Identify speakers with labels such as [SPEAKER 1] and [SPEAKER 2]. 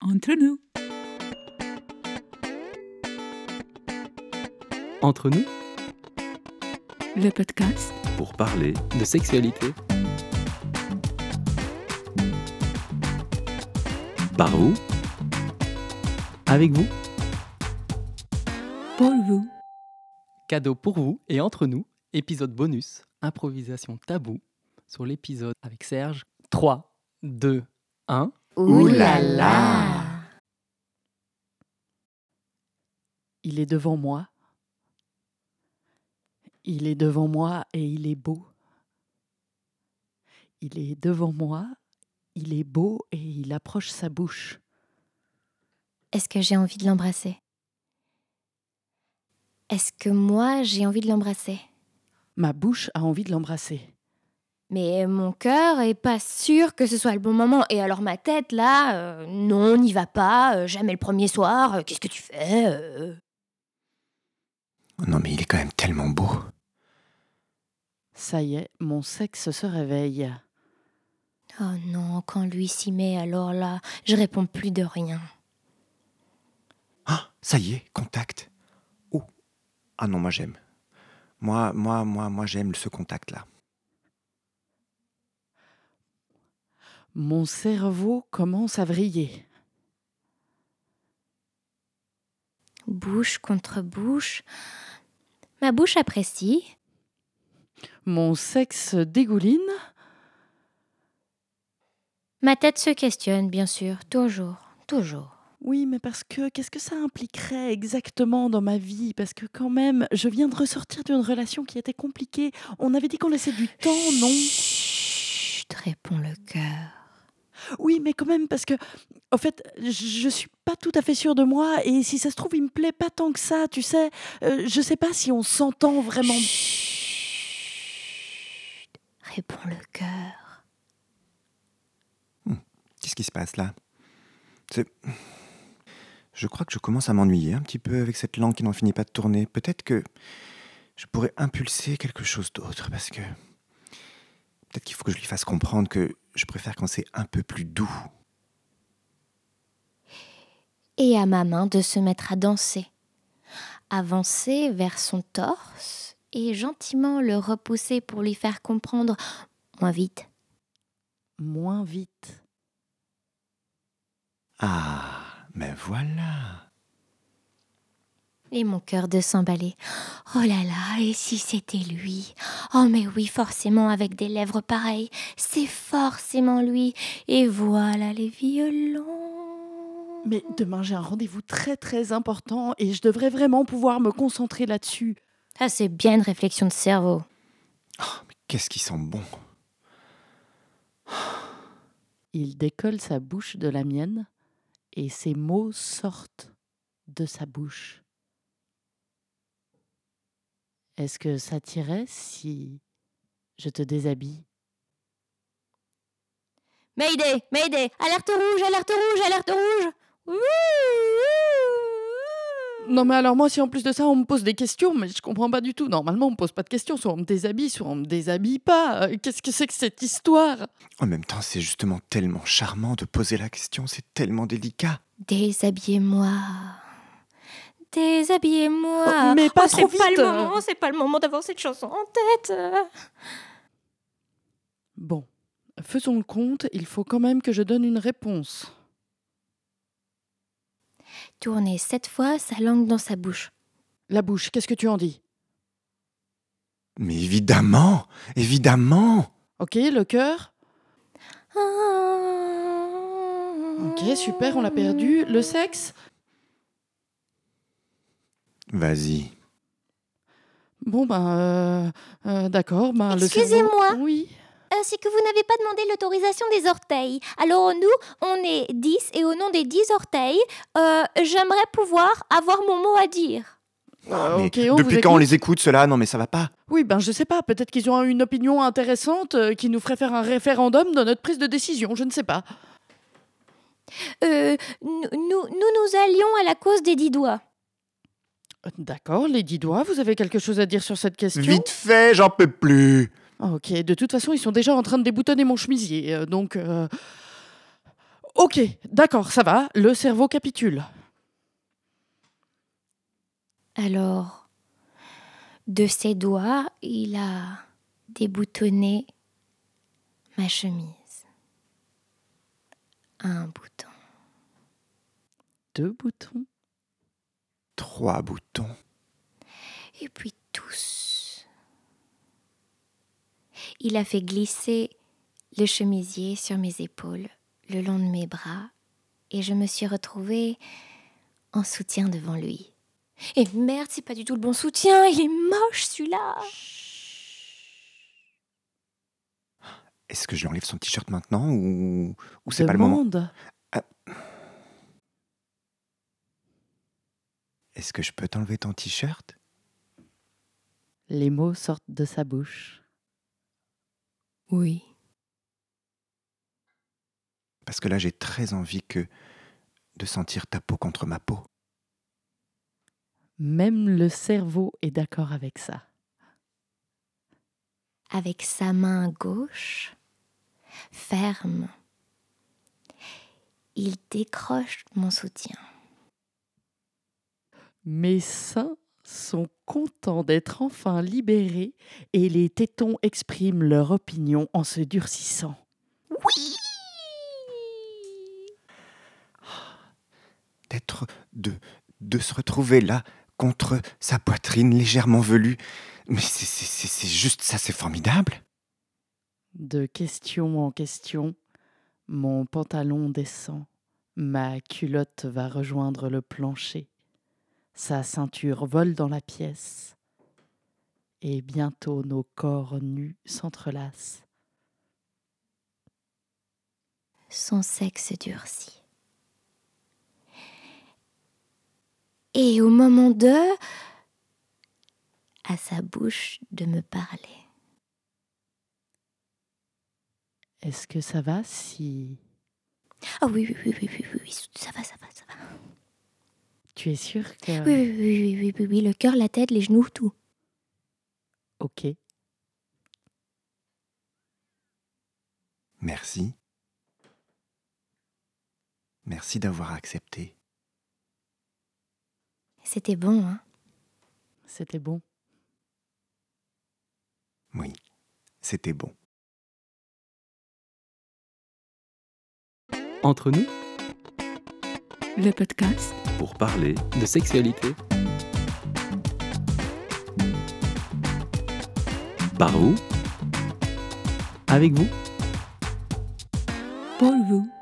[SPEAKER 1] entre nous.
[SPEAKER 2] Entre nous,
[SPEAKER 1] Le podcast
[SPEAKER 3] pour parler
[SPEAKER 2] de sexualité,
[SPEAKER 3] par vous
[SPEAKER 2] avec vous,
[SPEAKER 1] pour vous.
[SPEAKER 2] cadeau pour vous et entre nous, épisode bonus, improvisation tabou sur l'épisode avec Serge. 3, 2, 1.
[SPEAKER 4] Ouh là là
[SPEAKER 5] Il est devant moi. Il est devant moi et il est beau. Il est devant moi, il est beau et il approche sa bouche.
[SPEAKER 4] Est-ce que j'ai envie de l'embrasser Est-ce que moi, j'ai envie de l'embrasser
[SPEAKER 5] Ma bouche a envie de l'embrasser.
[SPEAKER 4] Mais mon cœur est pas sûr que ce soit le bon moment. Et alors ma tête, là, euh, non, n'y va pas, euh, jamais le premier soir, euh, qu'est-ce que tu fais euh
[SPEAKER 6] Non mais il est quand même tellement beau.
[SPEAKER 5] Ça y est, mon sexe se réveille.
[SPEAKER 4] Oh non, quand lui s'y met, alors là, je réponds plus de rien.
[SPEAKER 6] Ah, ça y est, contact. Oh. Ah non, moi j'aime. Moi, moi, moi, moi j'aime ce contact-là.
[SPEAKER 5] Mon cerveau commence à vriller.
[SPEAKER 4] Bouche contre bouche. Ma bouche apprécie.
[SPEAKER 5] Mon sexe dégouline.
[SPEAKER 4] Ma tête se questionne, bien sûr, toujours, toujours.
[SPEAKER 5] Oui, mais parce que qu'est-ce que ça impliquerait exactement dans ma vie Parce que quand même, je viens de ressortir d'une relation qui était compliquée. On avait dit qu'on laissait du temps, non
[SPEAKER 4] Chut, répond le cœur.
[SPEAKER 5] Oui, mais quand même, parce que, en fait, je- je suis pas tout à fait sûre de moi, et si ça se trouve, il me plaît pas tant que ça, tu sais. Euh, je sais pas si on s'entend vraiment.
[SPEAKER 4] Chut, répond le cœur.
[SPEAKER 6] Qu'est-ce qui se passe là C'est- Je crois que je commence à m'ennuyer un petit peu avec cette langue qui n'en finit pas de tourner. Peut-être que je pourrais impulser quelque chose d'autre parce que peut-être qu'il faut que je lui fasse comprendre que je préfère quand c'est un peu plus doux.
[SPEAKER 4] Et à ma main de se mettre à danser. Avancer vers son torse et gentiment le repousser pour lui faire comprendre moins vite.
[SPEAKER 5] Moins vite.
[SPEAKER 6] Ah, mais voilà.
[SPEAKER 4] Et mon cœur de s'emballer. Oh là là, et si c'était lui Oh mais oui, forcément, avec des lèvres pareilles, c'est forcément lui. Et voilà les violons.
[SPEAKER 5] Mais demain, j'ai un rendez-vous très très important, et je devrais vraiment pouvoir me concentrer là-dessus.
[SPEAKER 4] Ah, c'est bien une réflexion de cerveau.
[SPEAKER 6] Ah, mais qu'est-ce qui sent bon
[SPEAKER 5] Il décolle sa bouche de la mienne, et ses mots sortent de sa bouche. Est-ce que ça t'irait si je te déshabille
[SPEAKER 4] Mayday, Mayday, alerte rouge, alerte rouge, alerte rouge. Ouh, ouh, ouh.
[SPEAKER 5] Non mais alors moi si en plus de ça on me pose des questions mais je comprends pas du tout. Normalement on me pose pas de questions, soit on me déshabille, soit on me déshabille pas. Euh, Qu'est-ce que c'est que cette histoire
[SPEAKER 6] En même temps, c'est justement tellement charmant de poser la question, c'est tellement délicat.
[SPEAKER 4] Déshabillez-moi. Déshabillez-moi.
[SPEAKER 5] Oh, mais pas
[SPEAKER 4] Ah, c'est
[SPEAKER 5] trop vite.
[SPEAKER 4] pas le moment, c'est pas le moment d'avoir cette chanson en tête.
[SPEAKER 5] Bon, faisons le compte, il faut quand même que je donne une réponse.
[SPEAKER 4] Tournez sept fois sa langue dans sa bouche.
[SPEAKER 5] La bouche, qu'est-ce que tu en dis
[SPEAKER 6] Mais évidemment, évidemment.
[SPEAKER 5] Ok, le cœur Ok, super, on l'a perdu. Le sexe
[SPEAKER 6] Vas-y.
[SPEAKER 5] Bon ben, euh, euh, d'accord, ben le cerveau-
[SPEAKER 4] Excusez-moi.
[SPEAKER 5] Oui.
[SPEAKER 4] Euh, c'est que vous n'avez pas demandé l'autorisation des orteils. Alors nous, on est 10 et au nom des 10 orteils, euh, j'aimerais pouvoir avoir mon mot à dire.
[SPEAKER 5] Euh,
[SPEAKER 6] Ah, Mais
[SPEAKER 5] ok, on
[SPEAKER 6] depuis
[SPEAKER 5] vous
[SPEAKER 6] quand on
[SPEAKER 5] écoute.
[SPEAKER 6] les écoute, cela Non, mais ça va pas.
[SPEAKER 5] Oui, ben je sais pas, peut-être qu'ils ont une opinion intéressante euh, qui nous ferait faire un référendum dans notre prise de décision, je ne sais pas.
[SPEAKER 4] Euh, nous, nous, nous nous allions à la cause des dix doigts.
[SPEAKER 5] D'accord, les dix doigts, vous avez quelque chose à dire sur cette question
[SPEAKER 6] Vite fait, j'en peux plus.
[SPEAKER 5] Ah, Ok, de toute façon, ils sont déjà en train de déboutonner mon chemisier, euh, donc... euh, Ok, d'accord, ça va, le cerveau capitule.
[SPEAKER 4] Alors, de ses doigts, il a déboutonné ma chemise. Un bouton.
[SPEAKER 5] Deux boutons.
[SPEAKER 6] Trois boutons.
[SPEAKER 4] Et puis tous. Il a fait glisser le chemisier sur mes épaules, le long de mes bras, et je me suis retrouvée en soutien devant lui. Et merde, c'est pas du tout le bon soutien, il est moche celui-là.
[SPEAKER 6] Est-ce que je lui enlève son t-shirt maintenant ou, ou c'est
[SPEAKER 5] de
[SPEAKER 6] pas le moment
[SPEAKER 5] monde.
[SPEAKER 6] Est-ce que je peux t'enlever ton t-shirt
[SPEAKER 5] Les mots sortent de sa bouche.
[SPEAKER 4] Oui.
[SPEAKER 6] Parce que là, j'ai très envie que de sentir ta peau contre ma peau.
[SPEAKER 5] Même le cerveau est d'accord avec ça.
[SPEAKER 4] avec sa main gauche, ferme. Il décroche mon soutien.
[SPEAKER 5] Mes seins sont contents d'être enfin libérés et les tétons expriment leur opinion en se durcissant.
[SPEAKER 6] D'être. de. de se retrouver là, contre sa poitrine légèrement velue. Mais c'est- c'est c'est- c'est juste ça, c'est formidable
[SPEAKER 5] De question en question, mon pantalon descend, ma culotte va rejoindre le plancher, sa ceinture vole dans la pièce, et bientôt nos corps nus s'entrelacent.
[SPEAKER 4] Son sexe durcit. Et au moment de... à sa bouche de me parler.
[SPEAKER 5] Est-ce que ça va si
[SPEAKER 4] Ah oui, oui, oui, oui, oui, oui, oui, ça va, ça va, ça va.
[SPEAKER 5] tu es sûr que...
[SPEAKER 4] Oui, oui, oui, oui, oui, oui, oui, le cœur, la tête, les genoux, tout.
[SPEAKER 5] Ok.
[SPEAKER 6] Merci. Merci d'avoir accepté.
[SPEAKER 4] C'était bon, hein
[SPEAKER 5] C'était bon.
[SPEAKER 6] Oui, c'était bon.
[SPEAKER 2] Entre nous,
[SPEAKER 1] le podcast.
[SPEAKER 3] pour parler
[SPEAKER 2] de sexualité.
[SPEAKER 3] par vous
[SPEAKER 2] Avec vous
[SPEAKER 1] Pour vous.